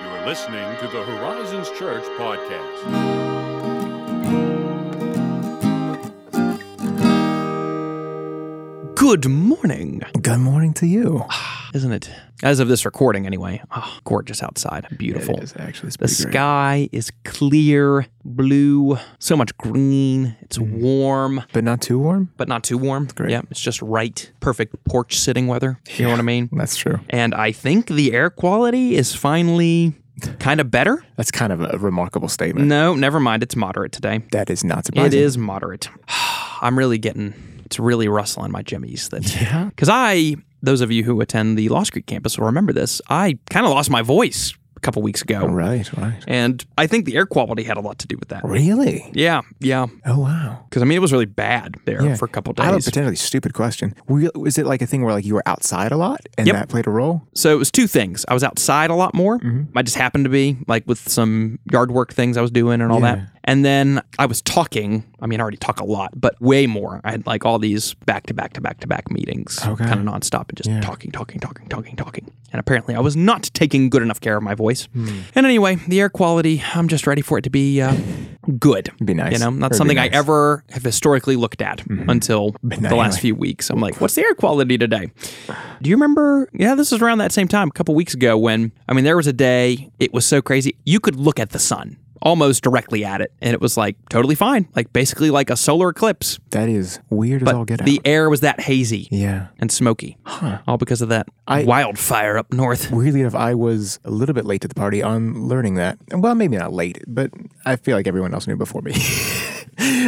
You're listening to the Horizons Church podcast. Good morning, Good morning to you. isn't Ah, it? As of this recording, anyway. Oh, gorgeous outside. Beautiful. It is actually it's the pretty great. sky is clear, blue, so much green. It's warm, but not too warm. but not too warm. Mm-hmm. great. Yeah, it's just right. Perfect porch sitting weather. You know what I mean? That's true. And I think the air quality is finally kind of better. That's kind of a remarkable statement. No, never mind. It's moderate today. That is not surprising. Mm. It is moderate. I'm really getting it's really rustling my jimmies that Yeah. because I those of you who attend the Lost Creek campus will remember this. I kind of lost my voice a couple weeks ago, Right. Right. and I think the air quality had a lot to do with that. Really? Yeah, yeah. Oh wow. Because I mean, it was really bad there Yeah. for a couple I have a days. potentially stupid question. Were you, was it like a thing where like you were outside a lot and Yep. that played a role? so it was two things. I was outside a lot more. Mm-hmm. I just happened to be like with some yard work things I was doing and all that. And then I was talking. I mean, I already talk a lot, but way more. I had like all these back to back to back to back meetings, Okay. kind of nonstop, and just talking, talking, talking, talking, talking. And apparently, I was not taking good enough care of my voice. Hmm. And anyway, the air quality. I'm just ready for it to be uh, good. Be nice. You know, Or not be something I nice. ever have historically looked at until the now last you're few weeks. I'm like, what's the air quality today? Do you remember? Yeah, this was around that same time, a couple weeks ago, when I mean, there was a day it was so crazy you could look at the sun almost directly at it, and it was like totally fine, like basically like a solar eclipse. That is weird as all get out. The air was that hazy yeah. and smoky, all because of that wildfire up north. Weirdly enough, I was a little bit late to the party on learning that. Well, maybe not late, but I feel like everyone else knew before me.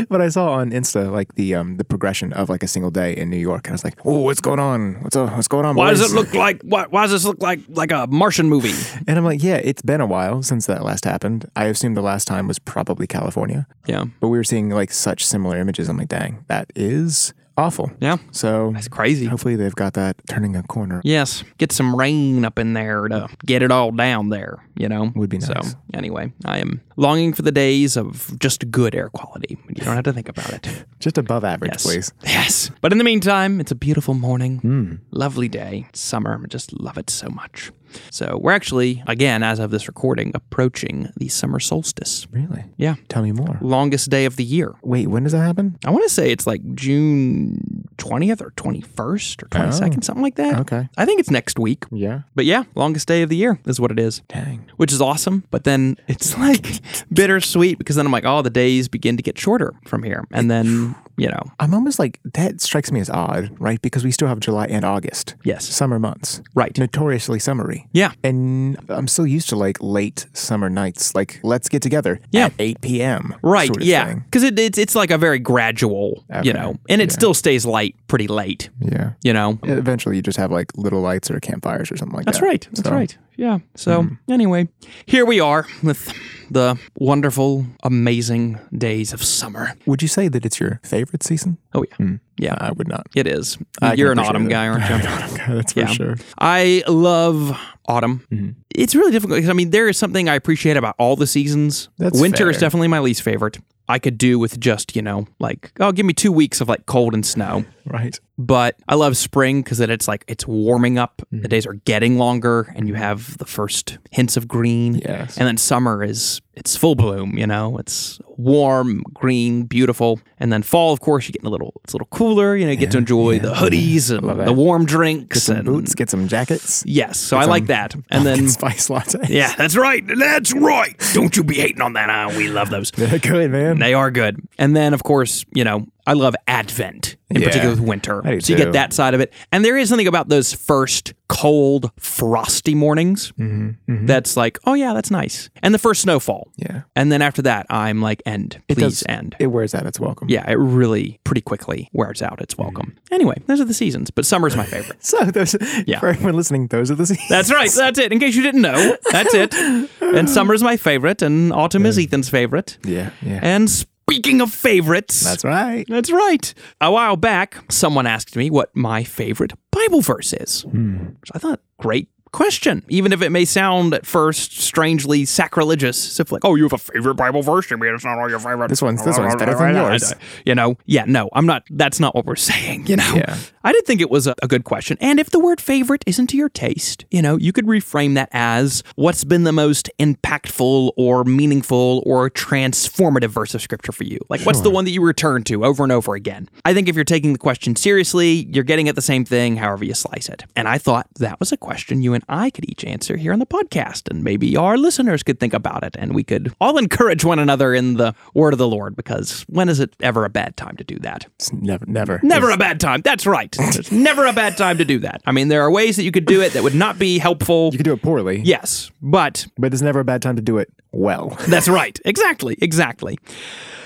but I saw on Insta like the um, the progression of like a single day in New York, and I was like, "Oh, what's going on? What's uh, what's going on?" Why does boys?" it look like? Why, why does this look like like a Martian movie? And I'm like, "Yeah, it's been a while since that last happened. I assume the last time was probably California, Yeah, but we were seeing like such similar images. I'm like, dang, that is awful. yeah, So it's crazy. hopefully they've got that turning a corner. Yes, get some rain up in there to get it all down there, you know? Would be nice. So, anyway, I am longing for the days of just good air quality. You don't have to think about it. Just above average, Yes. please. Hmm. Yes. But in the meantime, it's a beautiful morning. Lovely day. It's summer. I just love it so much. So, we're actually, again, as of this recording, approaching the summer solstice. Really? Yeah. Tell me more. Longest day of the year. Wait, when does that happen? I want to say it's like June 20th or 21st or 22nd, something like that. Oh. Okay. I think it's next week. Yeah. But yeah, longest day of the year is what it is, Dang. which is awesome. But then it's like bittersweet because then I'm like, oh, the days begin to get shorter from here. And then, you know, I'm almost like that strikes me as odd, right? Because we still have July and August. yes, Summer months. right. Notoriously summery. Yeah. And I'm so used to like late summer nights, like let's get together Yeah. at 8 p.m. Right. sort of yeah. thing. Because it, it's, it's like a very gradual, you Okay. know, and it still stays light pretty late, Yeah. you know. Eventually you just have like little lights or campfires or something like That's that. right. That's So, Hmm. right. Yeah. So anyway, here we are with the wonderful, amazing days of summer. Would you say that it's your favorite season? Oh, yeah. Yeah. I would not. It is. Hmm. Uh, I can You're an appreciate autumn it. guy, aren't you? That's for Yeah. sure. I love autumn. Mm-hmm. It's really difficult because I mean there is something I appreciate about all the seasons. That's Winter is fair. definitely my least favorite. I could do with just you know like oh give me two weeks of like cold and snow. Right. But I love spring because then it's like it's warming up. Mm-hmm. The days are getting longer, and you have the first hints of green. Yes. And then summer is it's full bloom, you know, it's warm, green, beautiful. And then fall, of course, you get a little it's a little cooler, you know, you get to enjoy the hoodies and the warm drinks and Boots, get some jackets. Yes, so I um, like that. And then spice latte. yeah, that's right. That's right. Don't you be hating on that. Ah, we love those. Good man. They are good. And then of course, you know, I love Advent in Yeah. particular with winter. I do so you get too. that side of it. And there is something about those first cold, frosty mornings Mm-hmm, that's like, oh yeah, that's nice. And the first snowfall. Yeah. And then after that, I'm like, end. Please does- end. It wears out its welcome. yeah, it really pretty quickly wears out. Mm-hmm. It's welcome. Anyway, those are the seasons, but summer's my favorite. So those Yeah. for everyone listening, those are the seasons. That's right. That's it. In case you didn't know, that's it. And summer's my favorite, and autumn is Ethan's favorite. Yeah, yeah. And speaking of favorites, That's right. that's right. A Hmm. while back, someone asked me what my favorite Bible verse is, which I thought, great question, even if it may sound at first strangely sacrilegious. So if like, oh, you have a favorite Bible verse? You mean it's not all your favorite? This one's- this one's better than yours. You know, yeah, no, I'm not. That's not what we're saying. You know, Yeah. I did think it was a, a good question. And if the word favorite isn't to your taste, you know, you could reframe that as what's been the most impactful or meaningful or transformative verse of scripture for you? Like, what's the one that you return to over and over again? I think if you're taking the question seriously, you're getting at the same thing, however you slice it. And I thought that was a question you and I could each answer here on the podcast. And maybe our listeners could think about it and we could all encourage one another in the word of the Lord because when is it ever a bad time to do that? It's never, never, Never a bad time. That's right. There's never a bad time to do that. I mean, there are ways that you could do it that would not be helpful. You can do it poorly. Yes, but But it's never a bad time to do it well. that's right. Exactly. Exactly.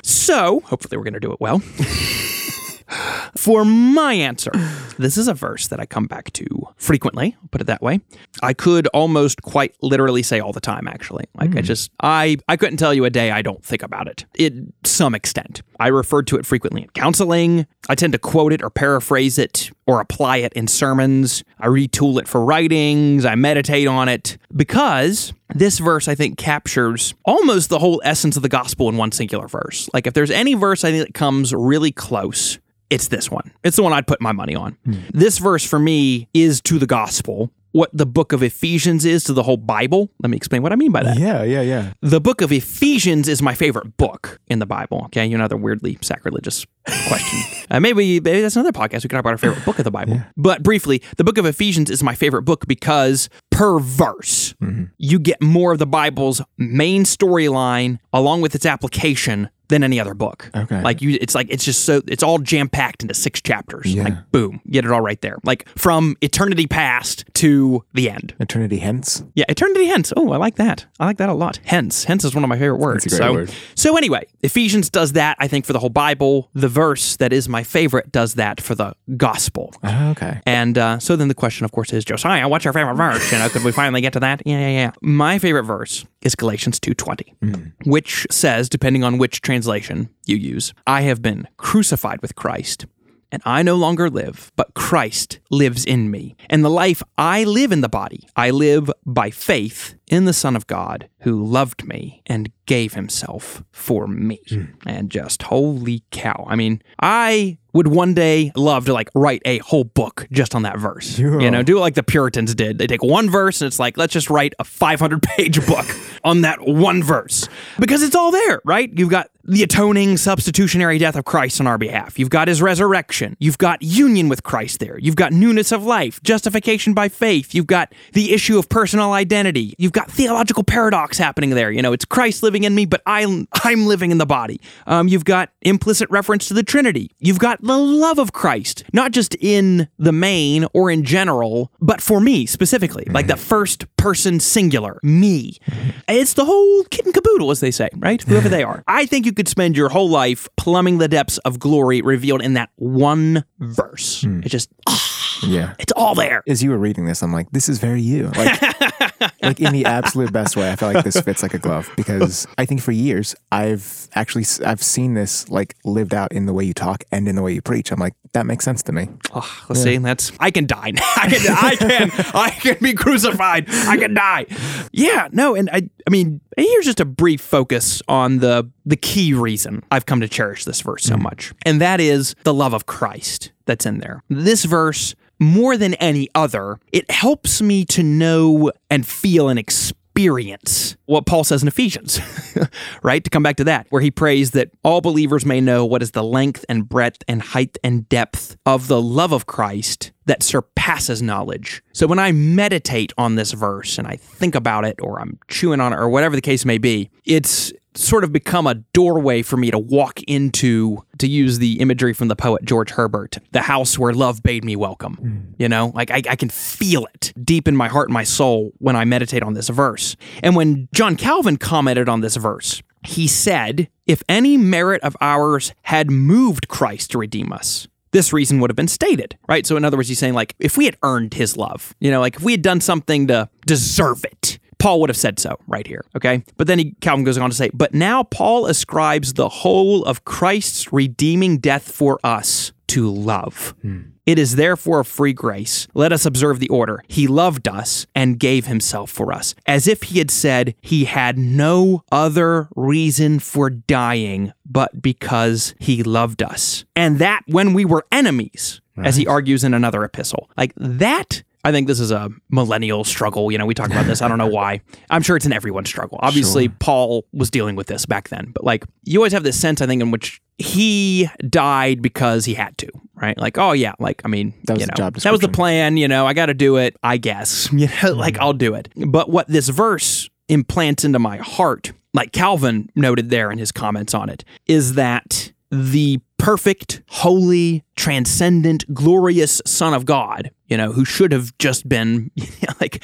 So, hopefully, we're going to do it well. For my answer, this is a verse that I come back to frequently, put it that way. I could almost quite literally say all the time actually. Like I just I I couldn't tell you a day I don't think about it. It some extent. I referred to it frequently in counseling. I tend to quote it or paraphrase it or apply it in sermons. I retool it for writings. I meditate on it because this verse I think captures almost the whole essence of the gospel in one singular verse. Like if there's any verse I think that comes really close it's this one. It's the one I'd put my money on. This verse for me is to the gospel what the book of Ephesians is to the whole Bible. Let me explain what I mean by that. yeah, yeah, yeah. The book of Ephesians is my favorite book in the Bible. Okay, you know, another weirdly sacrilegious question. uh, maybe, maybe that's another podcast. We can talk about our favorite book of the Bible. But briefly, the book of Ephesians is my favorite book because per verse, you get more of the Bible's main storyline along with its application than any other book. Okay. Like you it's like it's just so it's all jam packed into six chapters. Like boom, get it all right there. Like from eternity past to the end. Eternity hence. Yeah, eternity hence. Oh, I like that. I like that a lot. Hence. Hence is one of my favorite words. That's a great so, word. so anyway, Ephesians does that, I think, for the whole Bible. The verse that is my favorite does that for the gospel. Ah, okay. And uh, so then the question, of course, is Josiah, what's your favorite verse? You know, could we finally get to that? Yeah, yeah, yeah. My favorite verse is Galatians 2.20, which says, depending on which translation you use, I have been crucified with Christ. And I no longer live, but Christ lives in me. And the life I live in the body, I live by faith in the Son of God who loved me and gave himself for me. And just holy cow. I mean, I would one day love to like write a whole book just on that verse. You know, do like the Puritans did. They take one verse and it's like, let's just write a 500 page book on that one verse because it's all there, right? You've got the atoning substitutionary death of Christ on our behalf. You've got his resurrection. You've got union with Christ there. You've got newness of life, justification by faith. You've got the issue of personal identity. You've got theological paradox happening there. You know, it's Christ living in me, but I'm, I'm living in the body. Um, you've got implicit reference to the Trinity. You've got the love of Christ, not just in the main or in general, but for me specifically, like the first person singular, me. It's the whole kit and caboodle, as they say, right? Whoever they are. I think you could spend your whole life plumbing the depths of glory revealed in that one verse. It's just, ah, Yeah. it's all there. As you were reading this, I'm like, this is very you. Like, like in the absolute best way. I feel like this fits like a glove because I think for years I've actually s- I've seen this like lived out in the way you talk and in the way you preach. I'm like, that makes sense to me. Oh, let's see. That's I can die. now. I can. I can. I can be crucified. I can die. Yeah. No. And I. I mean, here's just a brief focus on the the key reason I've come to cherish this verse so much, and that is the love of Christ that's in there. This verse, more than any other, it helps me to know and feel and experience experience what Paul says in Ephesians, right? To come back to that, where he prays that all believers may know what is the length and breadth and height and depth of the love of Christ that surpasses knowledge. So when I meditate on this verse and I think about it or I'm chewing on it or whatever the case may be, it's sort of become a doorway for me to walk into to use the imagery from the poet george herbert the house where love bade me welcome you know like I, I can feel it deep in my heart and my soul when i meditate on this verse and when john calvin commented on this verse he said if any merit of ours had moved christ to redeem us this reason would have been stated, right? So, in other words, he's saying, like, if we had earned his love, you know, like if we had done something to deserve it, Paul would have said so right here, okay? But then he, Calvin goes on to say, but now Paul ascribes the whole of Christ's redeeming death for us to love. It is therefore a free grace. Let us observe the order. He loved us and gave himself for us, as if he had said he had no other reason for dying but because he loved us. And that when we were enemies, as he argues in another epistle. Like that I think this is a millennial struggle. You know, we talk about this. I don't know why. I'm sure it's an everyone struggle. Obviously, Paul was dealing with this back then, but like you always have this sense, I think, in which he died because he had to, right? Like, oh yeah, like I mean, That was you the know, that job was the description. Mm-hmm. plan. You know, I got to do it. I guess. You know, like I'll do it. But what this verse implants into my heart, like Calvin noted there in his comments on it, is that the perfect, holy, transcendent, glorious Son of God, you know, who should have just been like,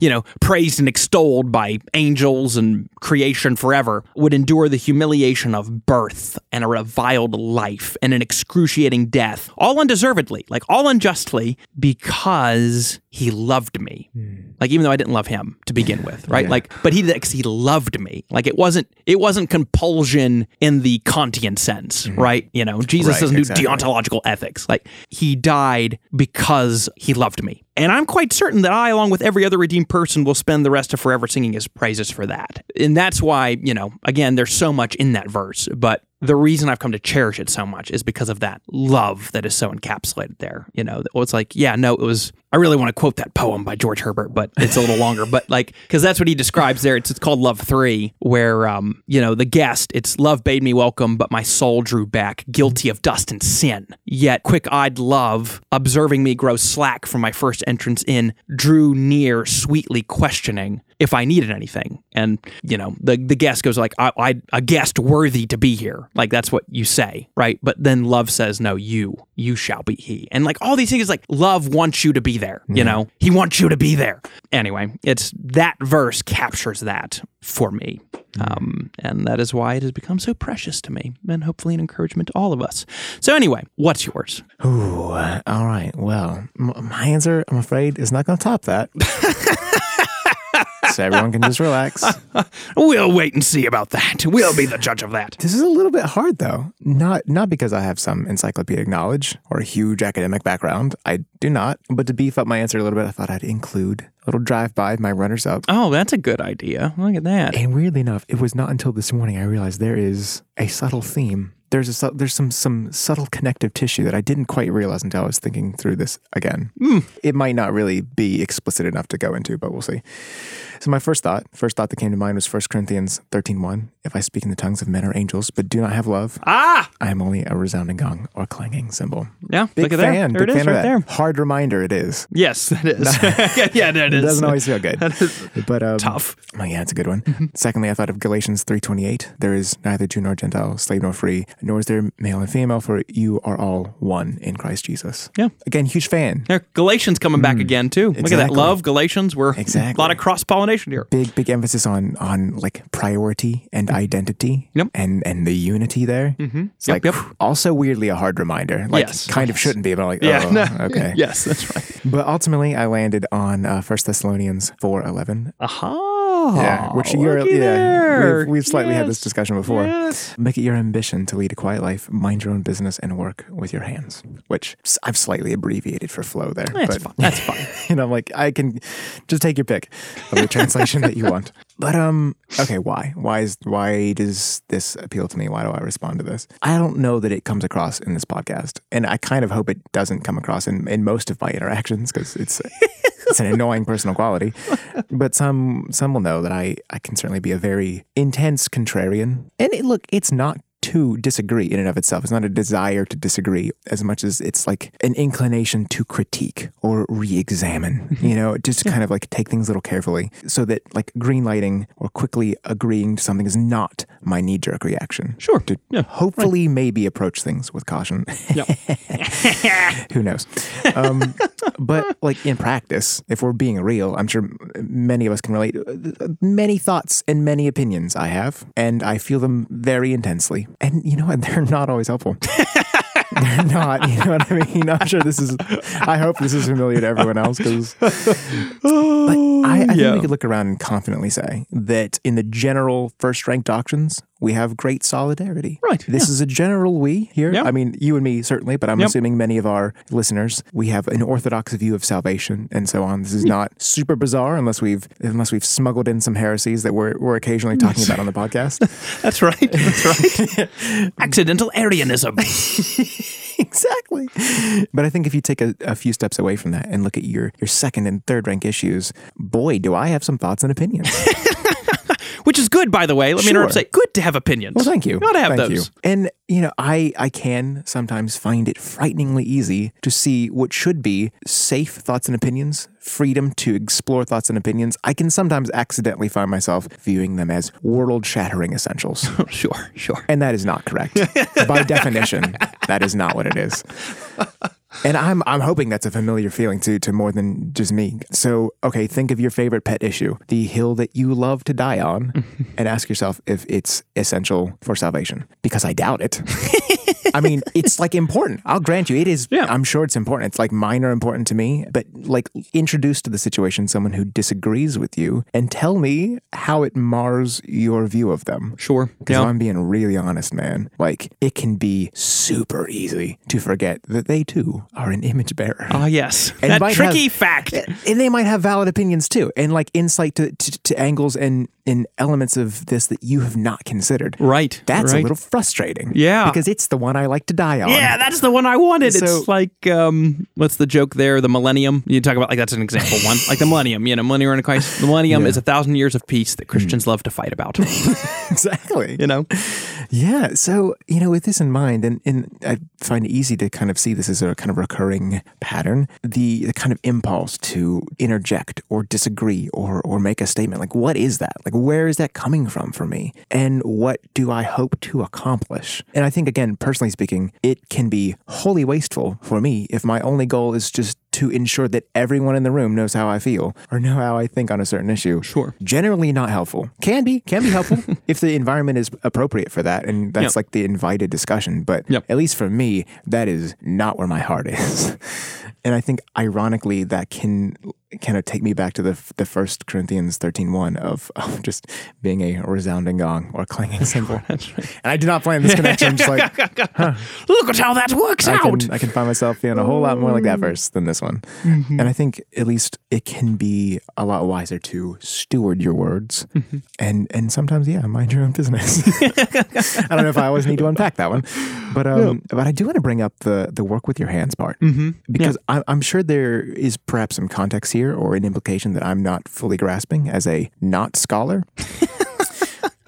you know, praised and extolled by angels and creation forever, would endure the humiliation of birth and a reviled life and an excruciating death, all undeservedly, like all unjustly, because he loved me. Hmm. Like even though I didn't love him to begin with, right? Like, but he did- 'cause he loved me. Like it wasn't it wasn't compulsion in the Kantian sense, right? You know, Jesus Mm-hmm. Right, doesn't do exactly. deontological ethics. Like he died because he loved me. And I'm quite certain that I, along with every other redeemed person, will spend the rest of forever singing his praises for that. And that's why, you know, again, there's so much in that verse, but the reason I've come to cherish it so much is because of that love that is so encapsulated there. You know, that- well, it's like, yeah, no, it was, I really want to quote that poem by George Herbert, but it's a little longer, but like, because that's what he describes there. It's, it's called Love Three, where, um, you know, the guest, it's love bade me welcome, but my soul drew back, guilty of dust and sin. Yet quick eyed love, observing me grow slack from my first entrance in, drew near, sweetly questioning if I needed anything. And, you know, the, the guest goes like, I, I, a guest worthy to be here. Like, that's what you say, right? But then love says, no, you, you shall be he. And like all these things, like love wants you to be there, you know, he wants you to be there. Anyway, it's that verse captures that for me. Um, and that is why it has become so precious to me and hopefully an encouragement to all of us. So anyway, what's yours? Ooh, uh, all right. Well, m- my answer, I'm afraid, is not going to top that. so everyone can just relax. We'll wait and see about that. We'll be the judge of that. This is a little bit hard, though. Not not because I have some encyclopedic knowledge or a huge academic background. I do not. But to beef up my answer a little bit, I thought I'd include a little drive-by of my runners-up. Oh, that's a good idea. Look at that. And weirdly enough, it was not until this morning I realized there is a subtle theme. There's a sub- there's some some subtle connective tissue that I didn't quite realize until I was thinking through this again. It might not really be explicit enough to go into, but we'll see. So my first thought, first thought that came to mind was 1 Corinthians 13:1, if I speak in the tongues of men or angels but do not have love, Ah, I am only a resounding gong or clanging cymbal. yeah. Big look at fan, there. There big it is, fan of right that. there. Hard reminder it is. Yes, it is. yeah, yeah, there it It is. doesn't always feel good. but um, Tough. Mm-hmm. Oh yeah, it's a good one. Secondly, I thought of Galatians three twenty eight. There is neither Jew nor Gentile, slave nor free, nor is there male and female, for you are all one in Christ Jesus. Yeah. Again, huge fan. There, Galatians coming back again too. Look at that exactly. love, Galatians. We're a Exactly. lot of cross pollination here. Big big emphasis on on like priority and identity Mm-hmm. Yep. and and the unity there. Mm-hmm. It's like yep. phew, also weirdly a hard reminder. Like Yes. kind of shouldn't be, but like Yeah, oh, no. okay. Yes, that's right. But ultimately, I landed on uh, 1 Thessalonians four eleven. Aha. Yeah, which you're, looky yeah, there. we've, we've slightly had this Yes. discussion before. Yes. Make it your ambition to lead a quiet life, mind your own business, and work with your hands. Which s- I've slightly abbreviated for flow there. That's but, fine. That's fine. And I'm like, I can just take your pick of the translation that you want. But um, okay, why? Why is why does this appeal to me? Why do I respond to this? I don't know that it comes across in this podcast, and I kind of hope it doesn't come across in, in most of my interactions because it's it's an annoying personal quality. But some some will know that I I can certainly be a very intense contrarian, and it, look, it's not to disagree in and of itself. It's not a desire to disagree as much as it's like an inclination to critique or re-examine, you know, just to kind of like take things a little carefully so that like green lighting or quickly agreeing to something is not my knee-jerk reaction. Sure. To Yeah. hopefully maybe approach things with caution. Who knows? Um, but like in practice, if we're being real, I'm sure m- many of us can relate. uh, Many thoughts and many opinions I have, and I feel them very intensely. And you know what? They're not always helpful. They're not. You know what I mean? I'm sure this is. I hope this is familiar to everyone else because. But I, Yeah. I think we could look around and confidently say that in the general first rank doctrines, we have great solidarity. Right, This is a general we here. Yeah. I mean, you and me certainly, but I'm Yep. assuming many of our listeners we have an orthodox view of salvation and so on. This is not super bizarre unless we've unless we've smuggled in some heresies that we're we're occasionally talking about on the podcast. That's right. That's right. Accidental Arianism. exactly. But I think if you take a, a few steps away from that and look at your your second and third rank issues, boy, do I have some thoughts and opinions. Which is good, by the way. Let me Sure. interrupt and say, good to have opinions. Well, thank you. Got to have Thank those. you. And you know, I I can sometimes find it frighteningly easy to see what should be safe thoughts and opinions, freedom to explore thoughts and opinions. I can sometimes accidentally find myself viewing them as world-shattering essentials, Sure, sure. and that is not correct. By definition, that is not what it is. And I'm I'm hoping that's a familiar feeling to to more than just me. So okay, think of your favorite pet issue, the hill that you love to die on, and ask yourself if it's essential for salvation. Because I doubt it. I mean, it's like important. I'll grant you, it is. Yeah. I'm sure it's important. It's like minor important to me, but like introduce to the situation someone who disagrees with you and tell me how it mars your view of them. Sure. Because if I'm being really honest, man, like it can be super easy to forget that they too are an image bearer. Ah, yes. And that might tricky have- fact. and they might have valid opinions too, and like insight to, to, to angles and, and elements of this that you have not considered. Right. That's right. a little frustrating. Yeah. Because it's the one I like to die on. Yeah, that's the one I wanted. So- it's like, um, what's the joke there? The millennium. You talk about like that's an example one, like the millennium. You know, millennium in Christ. The millennium is a thousand years of peace that Christians love to fight about. Exactly. You know, Yeah. So, you know, with this in mind, and, and I find it easy to kind of see this as a kind of recurring pattern, the, the kind of impulse to interject or disagree or, or make a statement. Like, what is that? Like, where is that coming from for me? And what do I hope to accomplish? And I think, again, personally speaking, it can be wholly wasteful for me if my only goal is just to ensure that everyone in the room knows how I feel or know how I think on a certain issue. Sure. Generally not helpful. Can be, can be helpful if the environment is appropriate for that. And that's Yep. like the invited discussion. But Yep. at least for me, that is not where my heart is. and I think ironically, that can kind of take me back to the, the first Corinthians 13 of, of just being a resounding gong or clanging cymbal. And I did not plan this connection. I'm just like, look at how that works I out. Mm. can, I can find myself feeling a whole lot more like that verse than this one. Mm-hmm. And I think at least it can be a lot wiser to steward your words Mm-hmm. and and sometimes, yeah, mind your own business. I don't know if I always need to unpack that one. But um, but I do want to bring up the the work with your hands part Mm-hmm. because I, I'm sure there is perhaps some context here or an implication that I'm not fully grasping as a not scholar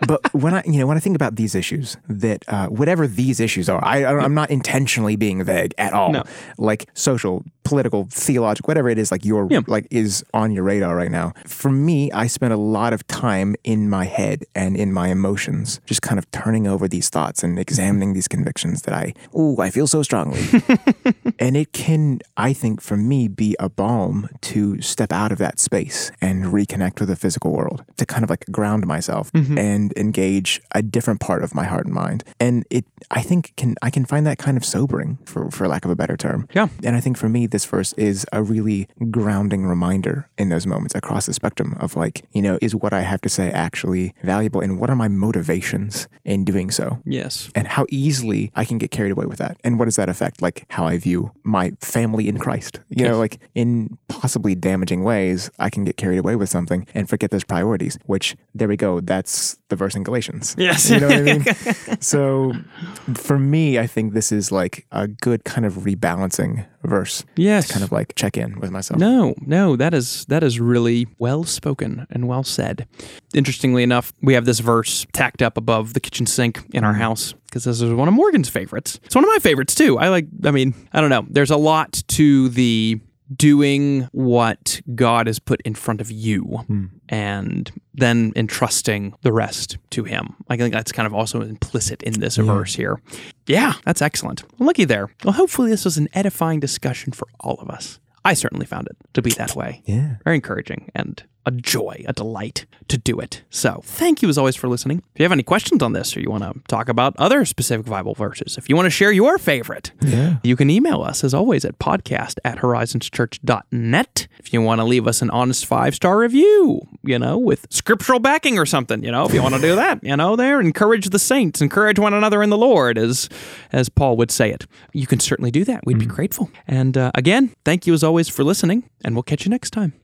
but when I, you know, when I think about these issues, that uh, whatever these issues are, I, I don't- I'm not intentionally being vague at all. No. Like social, political, theological, whatever it is, like your Yeah. like is on your radar right now. For me, I spend a lot of time in my head and in my emotions, just kind of turning over these thoughts and examining these convictions that I, ooh, I feel so strongly. And it can, I think, for me, be a balm to step out of that space and reconnect with the physical world, to kind of like ground myself and engage a different part of my heart and mind. And it, I think, can I can find that kind of sobering, for for lack of a better term. Yeah. And I think for me, this verse is a really grounding reminder in those moments across the spectrum of like, you know, is what I have to say actually valuable, and what are my motivations in doing so? Yes. and how easily I can get carried away with that. And what does that affect, like how I view my family in Christ? You know, like in possibly damaging ways, I can get carried away with something and forget those priorities. Which there we go. That's the verse in Galatians. Yes. you know what I mean. so, for me, I think this is like a good kind of rebalancing verse. Yes. Kind of like check in with myself. No, no, that is that is really well spoken and well said. Interestingly enough, we have this verse tacked up above the kitchen sink in our house because this is one of Morgan's favorites. It's one of my favorites too. I like I mean, I don't know. There's a lot to the doing what God has put in front of you and then entrusting the rest to him. I think that's kind of also implicit in this verse here. Yeah, that's excellent. Looky there. Well, hopefully this was an edifying discussion for all of us. I certainly found it to be that way. Yeah. Very encouraging and a joy, a delight to do it. So thank you as always for listening. If you have any questions on this or you want to talk about other specific Bible verses, if you want to share your favorite, Yeah. you can email us as always at podcast at horizonschurch.net. If you want to leave us an honest five star review, you know, with scriptural backing or something, you know, if you want to do that, you know, there encourage the saints, encourage one another in the Lord, as as Paul would say it. You can certainly do that. We'd be grateful. And uh, again, thank you as always for listening, and we'll catch you next time.